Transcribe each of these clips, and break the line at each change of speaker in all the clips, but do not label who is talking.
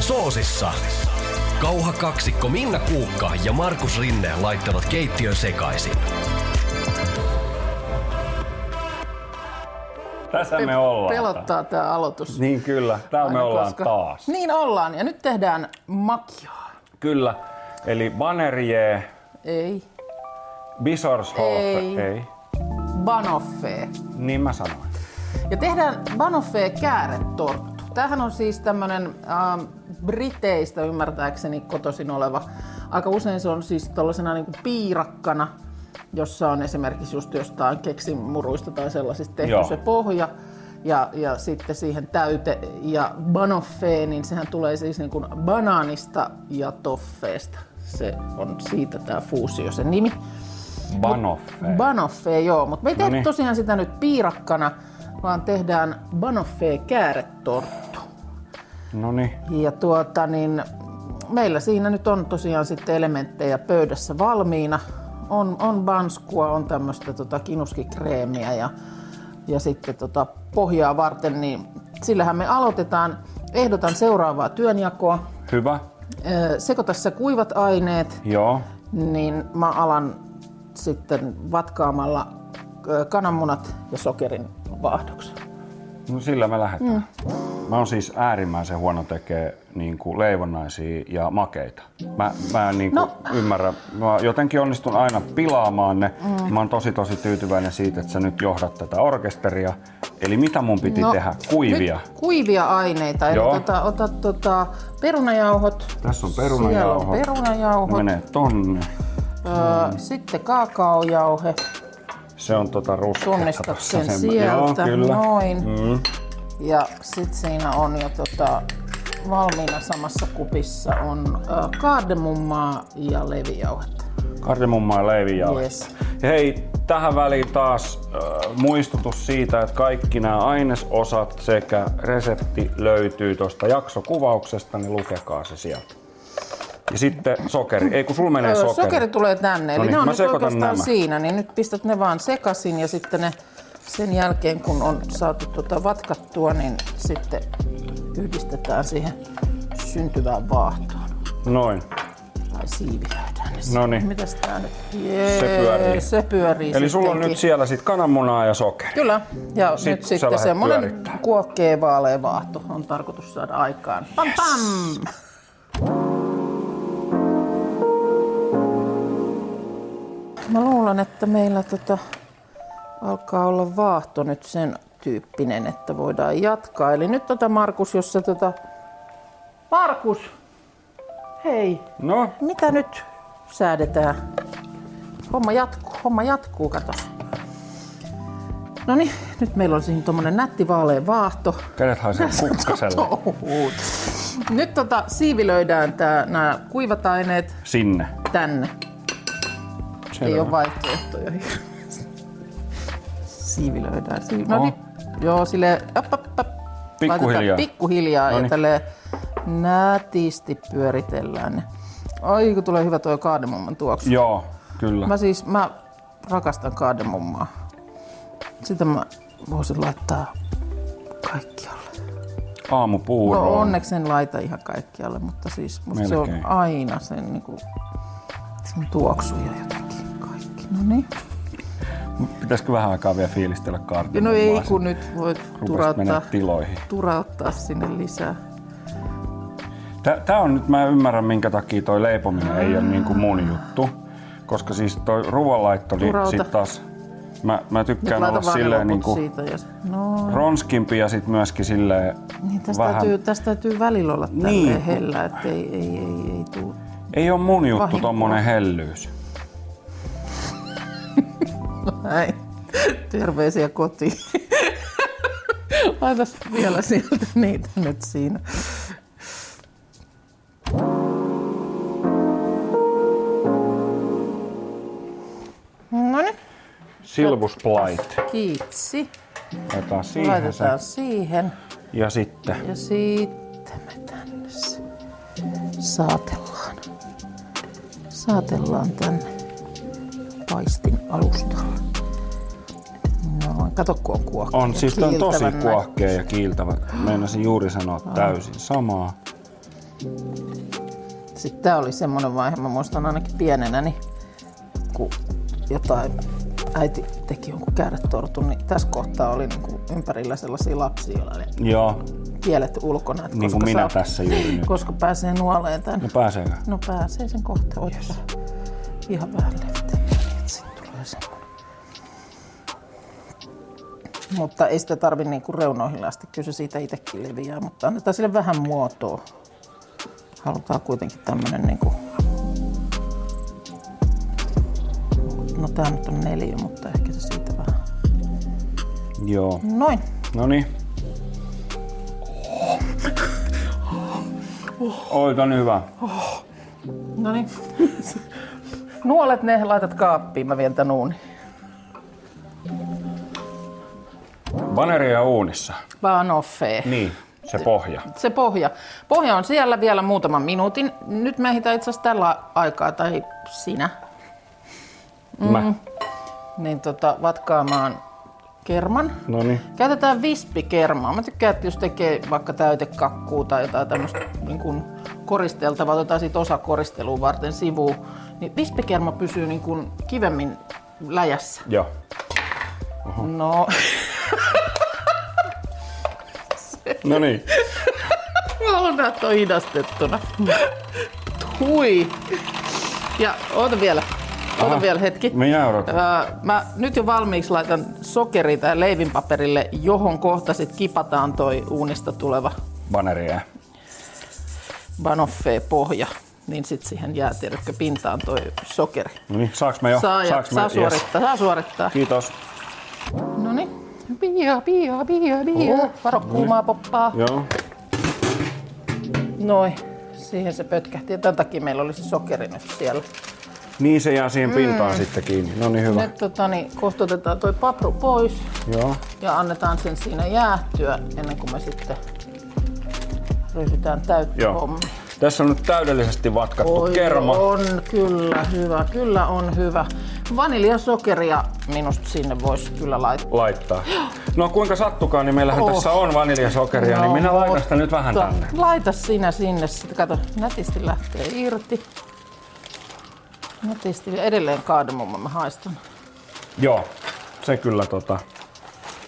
soosissa. Kauha kaksikko Minna Kuukka ja Markus Rinne laittavat keittiön sekaisin.
Tässä me ollaan.
Pelottaa tämä aloitus.
Niin kyllä, täällä me
Aina
ollaan taas.
Niin ollaan, ja nyt tehdään makiaa.
Kyllä, eli Banerje,
Ei.
Bisorshof,
Ei.
ei.
Banoffee.
Niin mä sanoin.
Ja tehdään Banoffee kääretorttu. Tämähän on siis tämmönen ähm, Briteistä ymmärtääkseni kotoisin oleva. Aika usein se on siis tällaisena niinku piirakkana, jossa on esimerkiksi just jostain keksimuruista tai sellaisista tehty
Joo.
se pohja. Ja, ja sitten siihen täyte ja banoffee, niin sehän tulee siis niin kuin banaanista ja toffeesta. Se on siitä tämä fuusio, se nimi.
Banoffe.
Banoffee, joo. Mutta me ei tehdä
Noniin.
tosiaan sitä nyt piirakkana, vaan tehdään banoffee kääretorttu.
no niin,
Ja tuota niin, meillä siinä nyt on tosiaan sitten elementtejä pöydässä valmiina. On, on banskua, on tämmöistä tota kinuskikreemiä ja, ja sitten tota pohjaa varten, niin sillähän me aloitetaan. Ehdotan seuraavaa työnjakoa.
hyvä.
Ö, Sekoita sä kuivat aineet
Joo,
niin mä alan sitten vatkaamalla ö, kananmunat ja sokerin vaahdoksi.
no sillä me lähdetään. Mä oon siis äärimmäisen huono tekee niin kuin leivonnaisia ja makeita. Mä, mä en niin kuin
No.
ymmärrä. Mä jotenkin onnistun aina pilaamaan ne.
Mm.
Mä oon tosi tosi tyytyväinen siitä, että sä nyt johdat tätä orkesteria. Eli mitä mun piti tehdä? Kuivia.
No, Nyt kuivia aineita. Eli
Joo.
tota, ota tota, perunajauhot.
Tässä on
Siellä
perunajauho.
on perunajauhot.
Menee tonne.
Öö, sitten kaakaojauhe.
Se on tota ruskeata.
Tunnistat
tossa
sen
semmo-
sieltä.
Joo, kyllä.
Noin. Mm. Ja sit siinä on jo tota, valmiina samassa kupissa on ö, kaademummaa ja levijauhetta.
Kardemummaa ja leivijauhe.
Yes.
Hei, tähän väliin taas äh, muistutus siitä, että kaikki nämä ainesosat sekä resepti löytyy tuosta jaksokuvauksesta, niin lukekaa se sieltä. Ja sitten sokeri. Ei kun sulla menee
Öö,
sokeri.
sokeri tulee tänne, eli
No niin,
ne on
mä
nyt
sekoitan
oikeastaan
nämä.
siinä, niin nyt pistät ne vaan sekaisin ja sitten ne sen jälkeen, kun on saatu tuota vatkattua, niin sitten yhdistetään siihen syntyvään vaahtoon
Noin.
Niin tai siivilöidään ne.
No niin.
Mitäs tää nyt? Jee,
Se pyörii.
Se pyörii
Eli sulla on
sittenkin.
nyt siellä sit kananmunaa ja sokeri.
Kyllä, ja
Sit
nyt
sä
sitten
lähdet
semmonen
pyörittää.
kuokkee vaalea vaahto on tarkoitus saada aikaan. Pam pam! Mä luulen, että meillä tota alkaa olla vaahto nyt sen tyyppinen, että voidaan jatkaa. Eli nyt tota Markus, jos sä tota... Markus! Hei,
No,
mitä nyt säädetään? Homma jatkuu, homma jatkuu, katos. No niin, nyt meillä on siinä tuommoinen nätti vaalea vaahto.
kädet haisee kukkaselle.
Touhuut. Nyt tota, siivilöidään tää, nämä kuivat aineet
Sinne.
tänne. Ei
Selvä.
ole vaihtoehtoja. siivilöidään. Siiv... No
Oho.
niin, joo, silleen... Op, op, op.
Pikkuhiljaa. No niin.
Laitetaan Pikkuhiljaa ja
Noniin.
tälleen nätisti pyöritellään ne. Ai kun tulee hyvä tuo kaademumman tuoksu.
Joo, kyllä.
Mä siis, mä rakastan kaademummaa. Sitä mä voisin laittaa kaikkialle.
Aamupuuro.
No
on.
onneksi en laita ihan kaikkialle, mutta siis musta se on
Melkein.
aina sen, niinku, sen tuoksuja jotenkin kaikki. No niin.
Pitäisikö vähän aikaa vielä fiilistellä
Ja
kardemummaa?
no ei
sit
kun nyt voit
rupesit menee
turauttaa,
tiloihin.
turauttaa sinne lisää.
Tämä on nyt, mä ymmärrän minkä takia toi leipominen ei ole
Mm.
niinku mun juttu. Koska siis toi ruoanlaitto, niin
Turauta.
sit taas mä, mä
Nyt
tykkään olla
laita vaan ne
silleen
niinku...
niinku
siitä. Ja... No,
ronskimpi ja sit myöskin silleen
niin tästä,
vähän...
täytyy, tästä täytyy välillä olla tälleen
Niin.
hellä, että ei, ei, ei, ei tuu.
Ei ole mun juttu
Vahinkoa.
tommonen hellyys.
Näin. Terveisiä kotiin. Laita vielä sieltä niitä nyt siinä. No niin,
Silvusplait.
kiitsi.
Laitetaan siihen se.
Laitetaan siihen
Ja sitten.
ja sitten me tänne se saatellaan. Saatellaan tänne paistin alustalle. No, kato kun on kuokkia.
On siis tää on tosi
kiiltävän näköistä.
kuohkea ja kiiltävä. Meinasin juuri sanoa täysin samaa.
Sitten tämä oli semmoinen vaihe, mä muistan ainakin pienenä, niin kun jotain äiti teki jonkun kääretortun, niin tässä kohtaa oli niin kuin ympärillä sellaisia lapsia, joilla oli
Joo,
kielet ulkona. Että
niin kuin
koska
minä
saa-
tässä juuri nyt.
Koska pääsee nuoleen tämän.
No pääseekö?
No pääsee sen kohta. Oota. Ihan vähän lehteä. Sitten tulee semmoinen. Mutta ei sitä tarvi niinku reunoihin asti. Kyllä se siitä itsekin leviää, mutta annetaan sille vähän muotoa. Halutaan kuitenkin tämmönen niinku... No tää nyt on neljä, mutta ehkä se siitä vähän.
Joo.
Noin.
No niin. Oi, tää on hyvä.
No niin. Nuolet ne, laitat kaappiin, mä vien tän uunin.
Vaneria uunissa.
Vaan offee.
Niin, se pohja.
se pohja. Pohja on siellä vielä muutaman minuutin. Nyt mä hitän itse asiassa tällä aikaa, tai sinä,
Mä.
Mm-hmm. niin tota, vatkaamaan kerman.
No niin.
Käytetään vispikermaa. Mä tykkään, että jos tekee vaikka täytekakkuu tai jotain tämmöistä niin kuin koristeltavaa, otetaan siitä osa koristeluun varten sivuun, niin vispikerma pysyy niin kuin kivemmin läjässä.
Joo.
No,
No niin.
Mä haluan nähdä toi hidastettuna. Hui. Ja oota vielä. Oota
Aha.
vielä hetki.
Minä odotan.
Öö, mä nyt jo valmiiksi laitan sokeri tai leivinpaperille, johon kohta sit kipataan toi uunista tuleva
Vaneria.
banoffee pohja. Niin sit siihen jää tiedätkö, pintaan toi sokeri.
No niin, saaks mä jo?
saa, ja,
saaks mä?
saa
Yes.
suorittaa, saa suorittaa.
Kiitos.
No niin. Pia, pia, pia, pia.
Oho.
Varo kuumaa poppaa.
Joo.
Noin. Siihen se pötkähti. Ja tämän takia meillä oli se sokeri nyt siellä.
Niin se jää siihen pintaan sitten kiinni. No niin, hyvä.
Mm. Nyt tota, niin, kohta otetaan toi papru pois
Joo.
ja annetaan sen siinä jäähtyä ennen kuin me sitten ryhdytään
Joo.
täyttöhommiin.
Tässä on nyt täydellisesti vatkattu
Oi,
kerma.
on kyllä hyvä, kyllä on hyvä. Vaniljasokeria minusta sinne voisi kyllä laittaa.
Laittaa. No kuinka sattukaan, niin meillähän
Oh.
tässä on vaniljasokeria, niin minä laitan sitä nyt vähän
mutta
tänne.
Laita sinä sinne, sitten kato, nätisti lähtee irti. Nätisti ja edelleen kaademumma mä haistan.
Joo, se kyllä tota,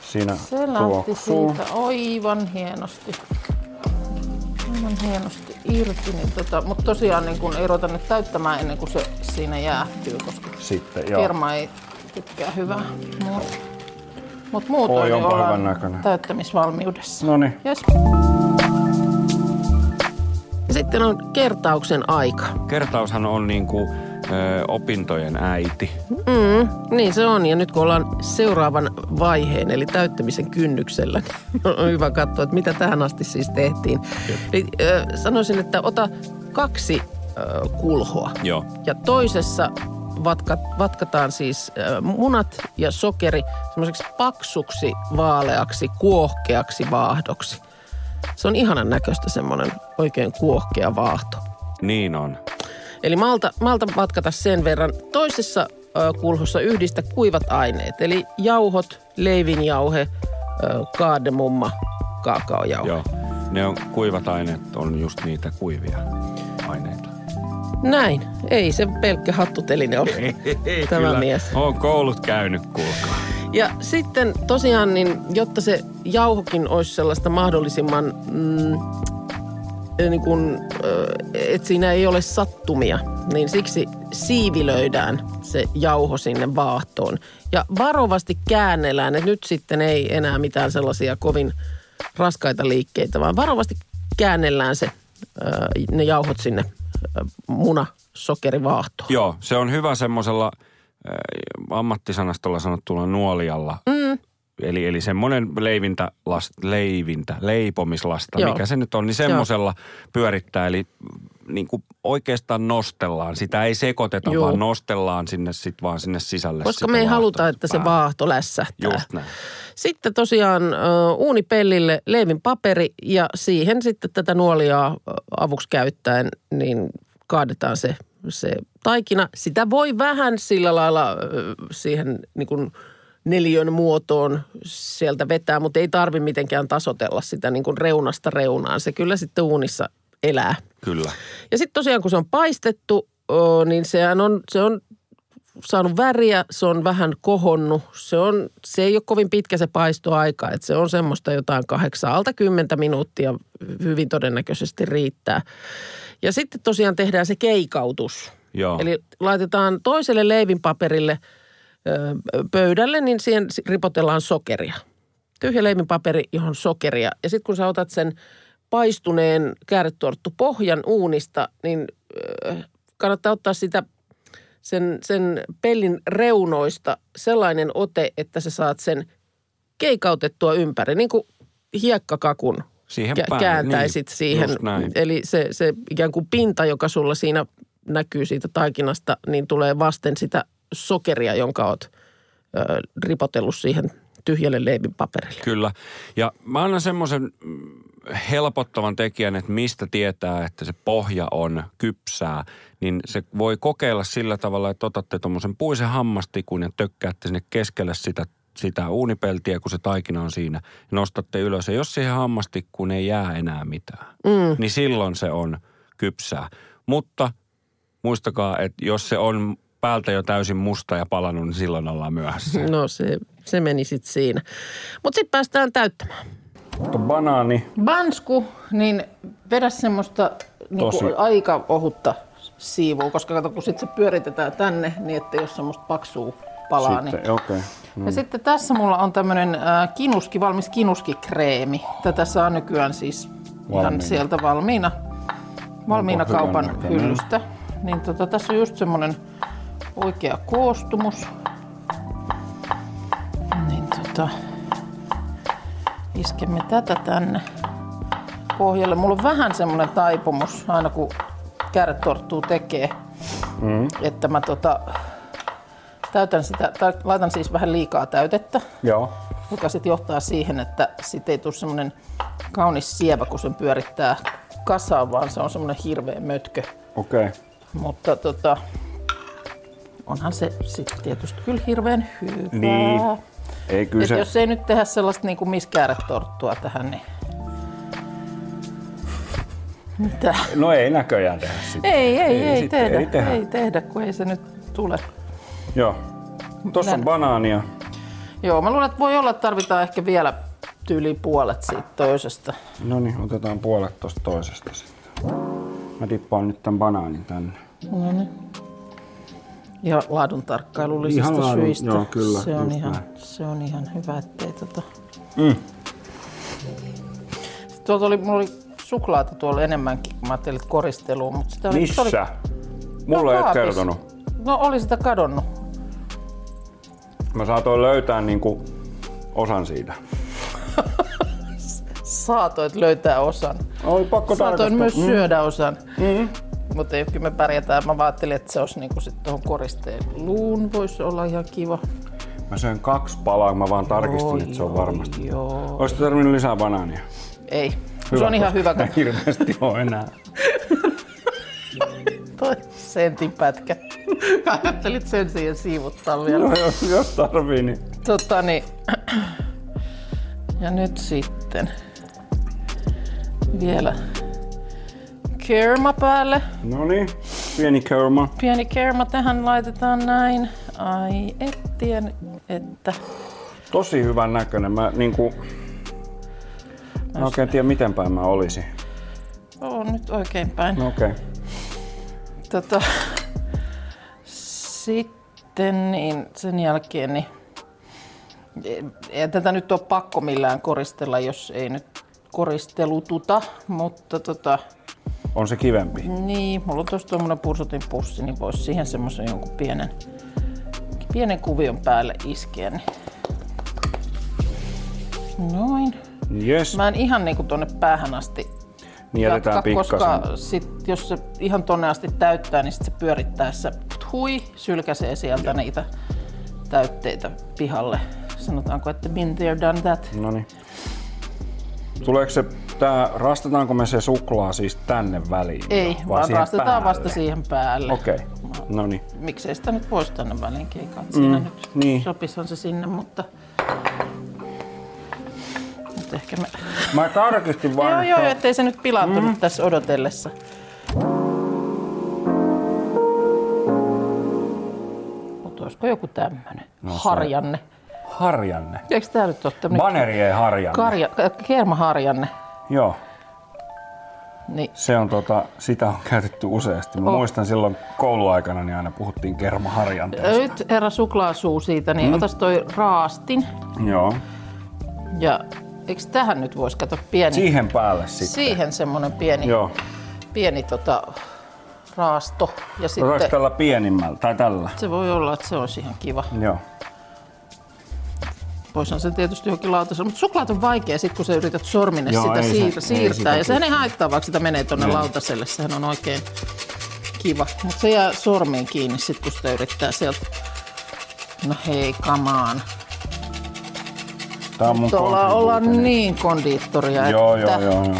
siinä
Se lähti
tuoksuu.
siitä aivan hienosti. Aivan hienosti irti, niin tota, mutta tosiaan niin kun ei ruveta nyt täyttämään ennen kuin se siinä jäähtyy, koska
Sitten, joo.
kerma ei tykkää hyvää. Mutta mut muutoin
Oi,
niin
onpa
ollaan
hyvän näköinen.
täyttämisvalmiudessa.
No niin.
Jes. Sitten on kertauksen aika.
Kertaushan on
niin
niinku, ö, opintojen äiti.
Mm, niin se on. Ja nyt kun ollaan seuraavan vaiheen, eli täyttämisen kynnyksellä, niin on hyvä katsoa, että mitä tähän asti siis tehtiin. Eli, ö, sanoisin, että ota kaksi ö, kulhoa.
Joo.
Ja toisessa vatkat, vatkataan siis ö, munat ja sokeri semmoiseksi paksuksi, vaaleaksi, kuohkeaksi vaahdoksi. Se on ihanan näköistä semmoinen oikein kuohkea vaahto.
Niin on.
Eli malta, malta vatkata sen verran. Toisessa ö, kulhossa yhdistä kuivat aineet, eli jauhot, leivinjauhe, ö, kaademumma, kaakaojauhe.
Joo. Ne on, kuivat aineet on just niitä kuivia aineita.
Näin. Ei se pelkkä hattuteline ole. Tämä
E, Kyllä
mies.
On koulut käynyt, kuulkaa.
Ja sitten tosiaan, niin, jotta se jauhokin olisi sellaista mahdollisimman, mm, niin kuin, ö, että siinä ei ole sattumia, niin siksi siivilöidään se jauho sinne vaahtoon. Ja varovasti käännellään, että nyt sitten ei enää mitään sellaisia kovin raskaita liikkeitä, vaan varovasti käännellään se, ö, ne jauhot sinne eh, ö, muna sokerivaahtoon.
Joo, se on hyvä semmoisella äh, ammattisanastolla sanottuna nuolialla. Mm. Eli, eli semmoinen leivintä, last, leivintä, leipomislasta,
Joo.
mikä se nyt on, niin semmoisella pyörittää. Eli mm, niin kuin oikeastaan nostellaan. Sitä ei sekoiteta,
Joo.
vaan nostellaan sinne sit vaan sinne sisälle.
Koska
sitä
me ei
vaahtoa
haluta, että se
päälle.
vaahto lässähtää.
Just näin.
Sitten tosiaan ö, uunipellille leivin paperi ja siihen sitten tätä nuoliaa ö, avuksi käyttäen, niin kaadetaan se, se taikina. Sitä voi vähän sillä lailla ö, siihen niin kuin neljön muotoon sieltä vetää, mutta ei tarvi mitenkään tasotella sitä niin kuin reunasta reunaan. Se kyllä sitten uunissa elää.
Kyllä.
Ja sitten tosiaan, kun se on paistettu, oo, niin sehän on, se on saanut väriä, se on vähän kohonnut. Se, on, se ei ole kovin pitkä se paistoaika, että se on semmoista jotain kahdeksaalta kymmentä minuuttia hyvin todennäköisesti riittää. Ja sitten tosiaan tehdään se keikautus.
Joo.
Eli laitetaan toiselle leivinpaperille ö, pöydälle, niin siihen ripotellaan sokeria. Tyhjä leivinpaperi, johon sokeria. Ja sitten kun sä otat sen paistuneen kääretuorttu pohjan uunista, niin ö, kannattaa ottaa sitä sen, sen pellin reunoista sellainen ote, että sä saat sen keikautettua ympäri, niin kuin hiekkakakun
Siihen
kä-
päälle,
kääntäisit
niin,
siihen.
just näin.
Eli se, se ikään kuin pinta, joka sulla siinä näkyy siitä taikinasta, niin tulee vasten sitä sokeria, jonka oot ö, ripotellut siihen tyhjälle leivinpaperille.
Kyllä. Ja mä annan semmoisen mm, helpottavan tekijän, että mistä tietää, että se pohja on kypsää, niin se voi kokeilla sillä tavalla, että otatte tuommoisen puisen hammastikun ja tökkäätte sinne keskelle sitä, sitä uunipeltiä, kun se taikina on siinä. Ja nostatte ylös ja jos siihen hammastikkuun ei jää enää mitään, mm. niin silloin se on kypsää. Mutta muistakaa, että jos se on päältä jo täysin musta ja palanut, niin silloin ollaan myöhässä.
No se, se meni sitten siinä. Mutta sitten päästään täyttämään.
Mutta banaani,
Bansku, niin vedä semmoista niin
Tosi.
kuin, aika ohutta siivua, koska kato, kun sit se pyöritetään tänne, niin että jos semmoista paksuu palaa, niin
sitten, okei.
Ja sitten tässä mulla on tämmöinen äh, kinuski, valmis kinuskikreemi. Tätä saa nykyään siis ihan
Valmiina.
sieltä valmiina, valmiina
Onko hyvän
kaupan
näköinen?
hyllystä. Niin tota, tässä on just semmoinen oikea koostumus. Niin tota, iskemme tätä tänne pohjalle. Mulla on vähän semmoinen taipumus aina kun kärretorttuu tekee, mm. että mä tota, täytän sitä, tai laitan siis vähän liikaa täytettä,
Joo.
joka sitten johtaa siihen, että sit ei tule semmoinen kaunis sievä, kun sen pyörittää kasaan, vaan se on semmoinen hirveä mötkö.
Okei. Okay.
Mutta tota, onhan se sitten tietysti kyllä hirveän hyvää.
Niin. Ei kyllä
Et
se...
jos ei nyt tehdä sellaista niin kuin miskääretorttua tähän, niin... Mitä?
No ei näköjään tehdä sitä.
Ei, ei, ei,
Ei
ei,
sitten,
tehdä,
ei
ei,
tehdä.
tehdä. ei tehdä, kun ei se nyt tule.
Joo. Tuossa on
Nä-
banaania.
Joo, mä luulen, että voi olla, että tarvitaan ehkä vielä tyyli puolet siitä toisesta.
No niin, otetaan puolet tuosta toisesta sitten. Mä tippaan nyt tämän banaanin tänne.
Ihan laadun tarkkailullisista
Ihan laadun-
syistä.
joo, kyllä,
se, on
just
ihan,
näin.
se on ihan hyvä, ettei tota... Mm. Tuolta oli, mulla oli suklaata tuolla enemmänkin, kun mä ajattelin, että koristeluun, mutta sitä oli...
Missä?
Oli,
Mulla ei ole
kaapissa.
kertonut.
No oli sitä kadonnut.
Mä saatoin löytää niinku osan siitä.
Saatoit löytää osan.
Oli pakko
Saatoin myös
tarkastaa.
syödä osan.
Mm.
Mutta ei, kyllä me pärjätään. Mä ajattelin, että se olisi niinku sit tuohon koristeluun. Voisi olla ihan kiva.
Mä söin kaksi palaa, mä vaan tarkistin,
Oi,
Niin, että se on
oi,
varmasti.
Joo.
Olisitko tarvinnut lisää banaania?
Ei. se on ihan hyvä,
koska
kun
ei hirveästi ole enää.
toi sentin pätkä. Ajattelit sen siihen siivuttaa vielä.
No, jos, jos tarvii, niin
Tota niin. Ja nyt sitten vielä kerma päälle.
No niin, pieni kerma.
Pieni kerma tähän laitetaan näin. Ai ettien, että.
Tosi hyvän näköinen. Mä niinku... Mä en oikein tiedä, miten päin mä olisin.
On nyt oikein päin.
No okei. Okay.
Tota, sitten niin sen jälkeen, niin ei- ei tätä nyt ole pakko millään koristella, jos ei nyt koristelututa, mutta tota,
On se kivempi.
niin, mulla on tuossa tuommoinen pursotin pussi, niin voisi siihen semmoisen jonkun pienen, pienen kuvion päälle iskeä. Niin. Noin.
Jes,
Mä en ihan niinku tonne päähän asti
niin jätetään pikkasen.
koska sit, jos se ihan tonne asti täyttää, niin sit se pyörittäessä hui, sylkäsee sieltä niitä täytteitä pihalle. Sanotaanko, että been there, done that.
No niin. Tuleeko se, tää, rastetaanko me se suklaa siis tänne väliin?
Ei,
vai
vaan
siihen
rastetaan
päälle?
vasta siihen päälle.
Okei, okay. no niin.
Miksei sitä nyt voisi tänne väliin keikaa, että siinä nyt
niin.
sopishan se sinne, mutta... Nyt ehkä me...
Mä tarkistin vaan,
Joo,
että
joo, ettei se nyt pilaantunut mm. tässä odotellessa. Olisiko joku tämmöinen? No, harjanne.
Harjanne.
Eikö tämä nyt ole tämmöinen?
Banerien harjanne.
Karja, k- kermaharjanne.
Joo.
Niin.
Se on tota, sitä on käytetty useasti.
Oh.
Mä muistan silloin kouluaikana, niin aina puhuttiin kermaharjanteesta.
Nyt herra suklaasuu siitä, niin mm. otas toi raastin.
Joo.
Ja eikö tähän nyt voisi katsoa pieni?
Siihen päälle sitten.
Siihen semmoinen pieni,
Joo.
pieni tota, raasto. Ja sitten
Osaako tällä pienimmällä? Tai tällä?
se voi olla, että se olisi ihan kiva.
Joo.
Voisihan se tietysti johonkin lautaselle, mutta suklaat on vaikea sit kun sä yrität sorminen
Joo,
sitä
ei se-
siir-
ei
siirtää.
sitä
ja sehän ei haittaa, vaikka sitä menee tuonne lautaselle, sehän on oikein kiva. Mutta se jää sormiin kiinni sit kun sitä yrittää sieltä. No hei, kamaan.
Tää on mun
Tuolla
kontribuutio.
ollaan niin kondiittoria,
Joo,
että...
joo, joo, joo.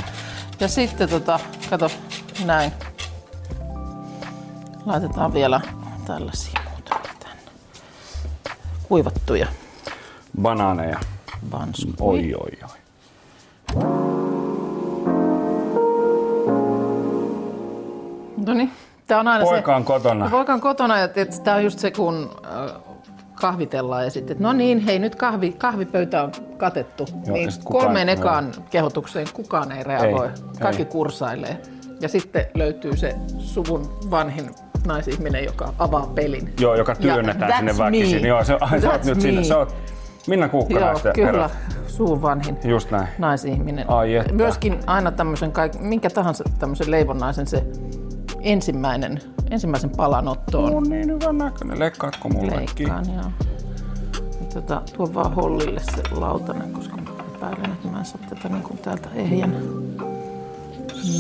Ja sitten tota, kato, näin. Laitetaan vielä tällaisia muutamia tänne. Kuivattuja
Banaaneja.
vanskuja.
Oi, oi, oi.
No niin, tää on aina
Poika on
se.
kotona.
Poika on kotona ja tietysti tää on just se, kun äh, kahvitellaan ja sitten, että no niin, hei nyt kahvi, kahvipöytä on katettu.
Joo,
niin
ja sit kukaan-
kolmeen
joo.
ekaan kehotukseen kukaan ei reagoi.
Ei,
Kaikki
ei.
kursailee. Ja sitten löytyy se suvun vanhin naisihminen, joka avaa pelin.
Joo, joka työnnetään
Ja
sinne
that's
väkisin.
me.
Joo, se, ai, sä oot
That's
nyt sinne.
me.
Sä oot Minna Kuukka
Joo,
näistä
kyllä. No.
herrat.
Suun vanhin
Just näin.
naisihminen.
Ai että.
Myöskin aina tämmöisen, kaik- minkä tahansa tämmöisen leivonnaisen se ensimmäinen, ensimmäisen palanotto on.
On niin hyvän näköinen. Leikkaatko mullekin?
Leikkaan, joo. Ja Tota, tuo vaan hollille se lautanen, koska mä epäilen, että mä en saa tätä niin kuin täältä ehjänä.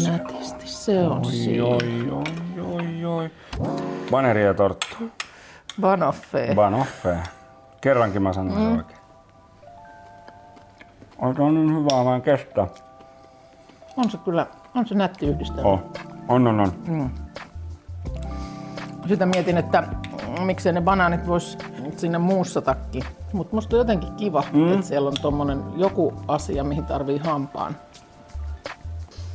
Nätisti se on siinä.
Oi, oi, oi, oi. Baneri ja torttu.
Banoffee.
Banoffe. Kerrankin mä sanoin mm. oikein. Oi, se on niin hyvää, mä en kestä.
On se kyllä, on se nätti yhdistelmä.
Oh. On, on, on. Mm.
Sitä mietin, että mm, miksei ne banaanit vois sinne muussa takki. Mutta musta on jotenkin kiva, mm. että siellä on tommonen joku asia, mihin tarvii hampaan.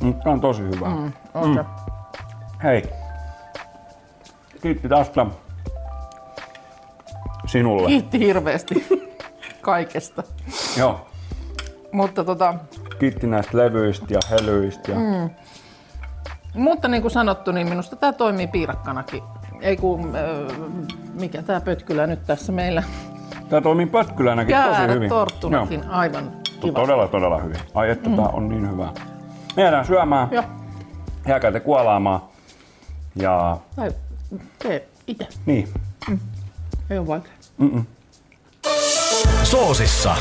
Mutta on tosi hyvää. Mm.
On mm. se.
Hei. Kiitti tästä. Sinulle.
Kiitti hirveästi kaikesta.
Joo.
Mutta, tota,
Kiitti näistä levyistä ja helyistä. Ja... Mm.
mutta niin kuin sanottu, niin minusta tämä toimii piirakkanakin. Ei kun, öö, mikä tämä pötkylä nyt tässä meillä.
Tää toimii pötkylänäkin tosi
Käärä
hyvin.
torttunakin
Joo.
aivan kiva.
Todella, todella hyvin. Ai että mm. tää on niin hyvää. Me jäädään syömään.
Joo,
Jääkää te kuolaamaan. Ja
tai tee itse.
niin.
Ei ole vaikea.
Soosissa.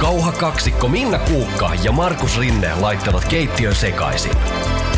Kauha kaksikko Minna Kuukka ja Markus Rinne laittavat keittiön sekaisin.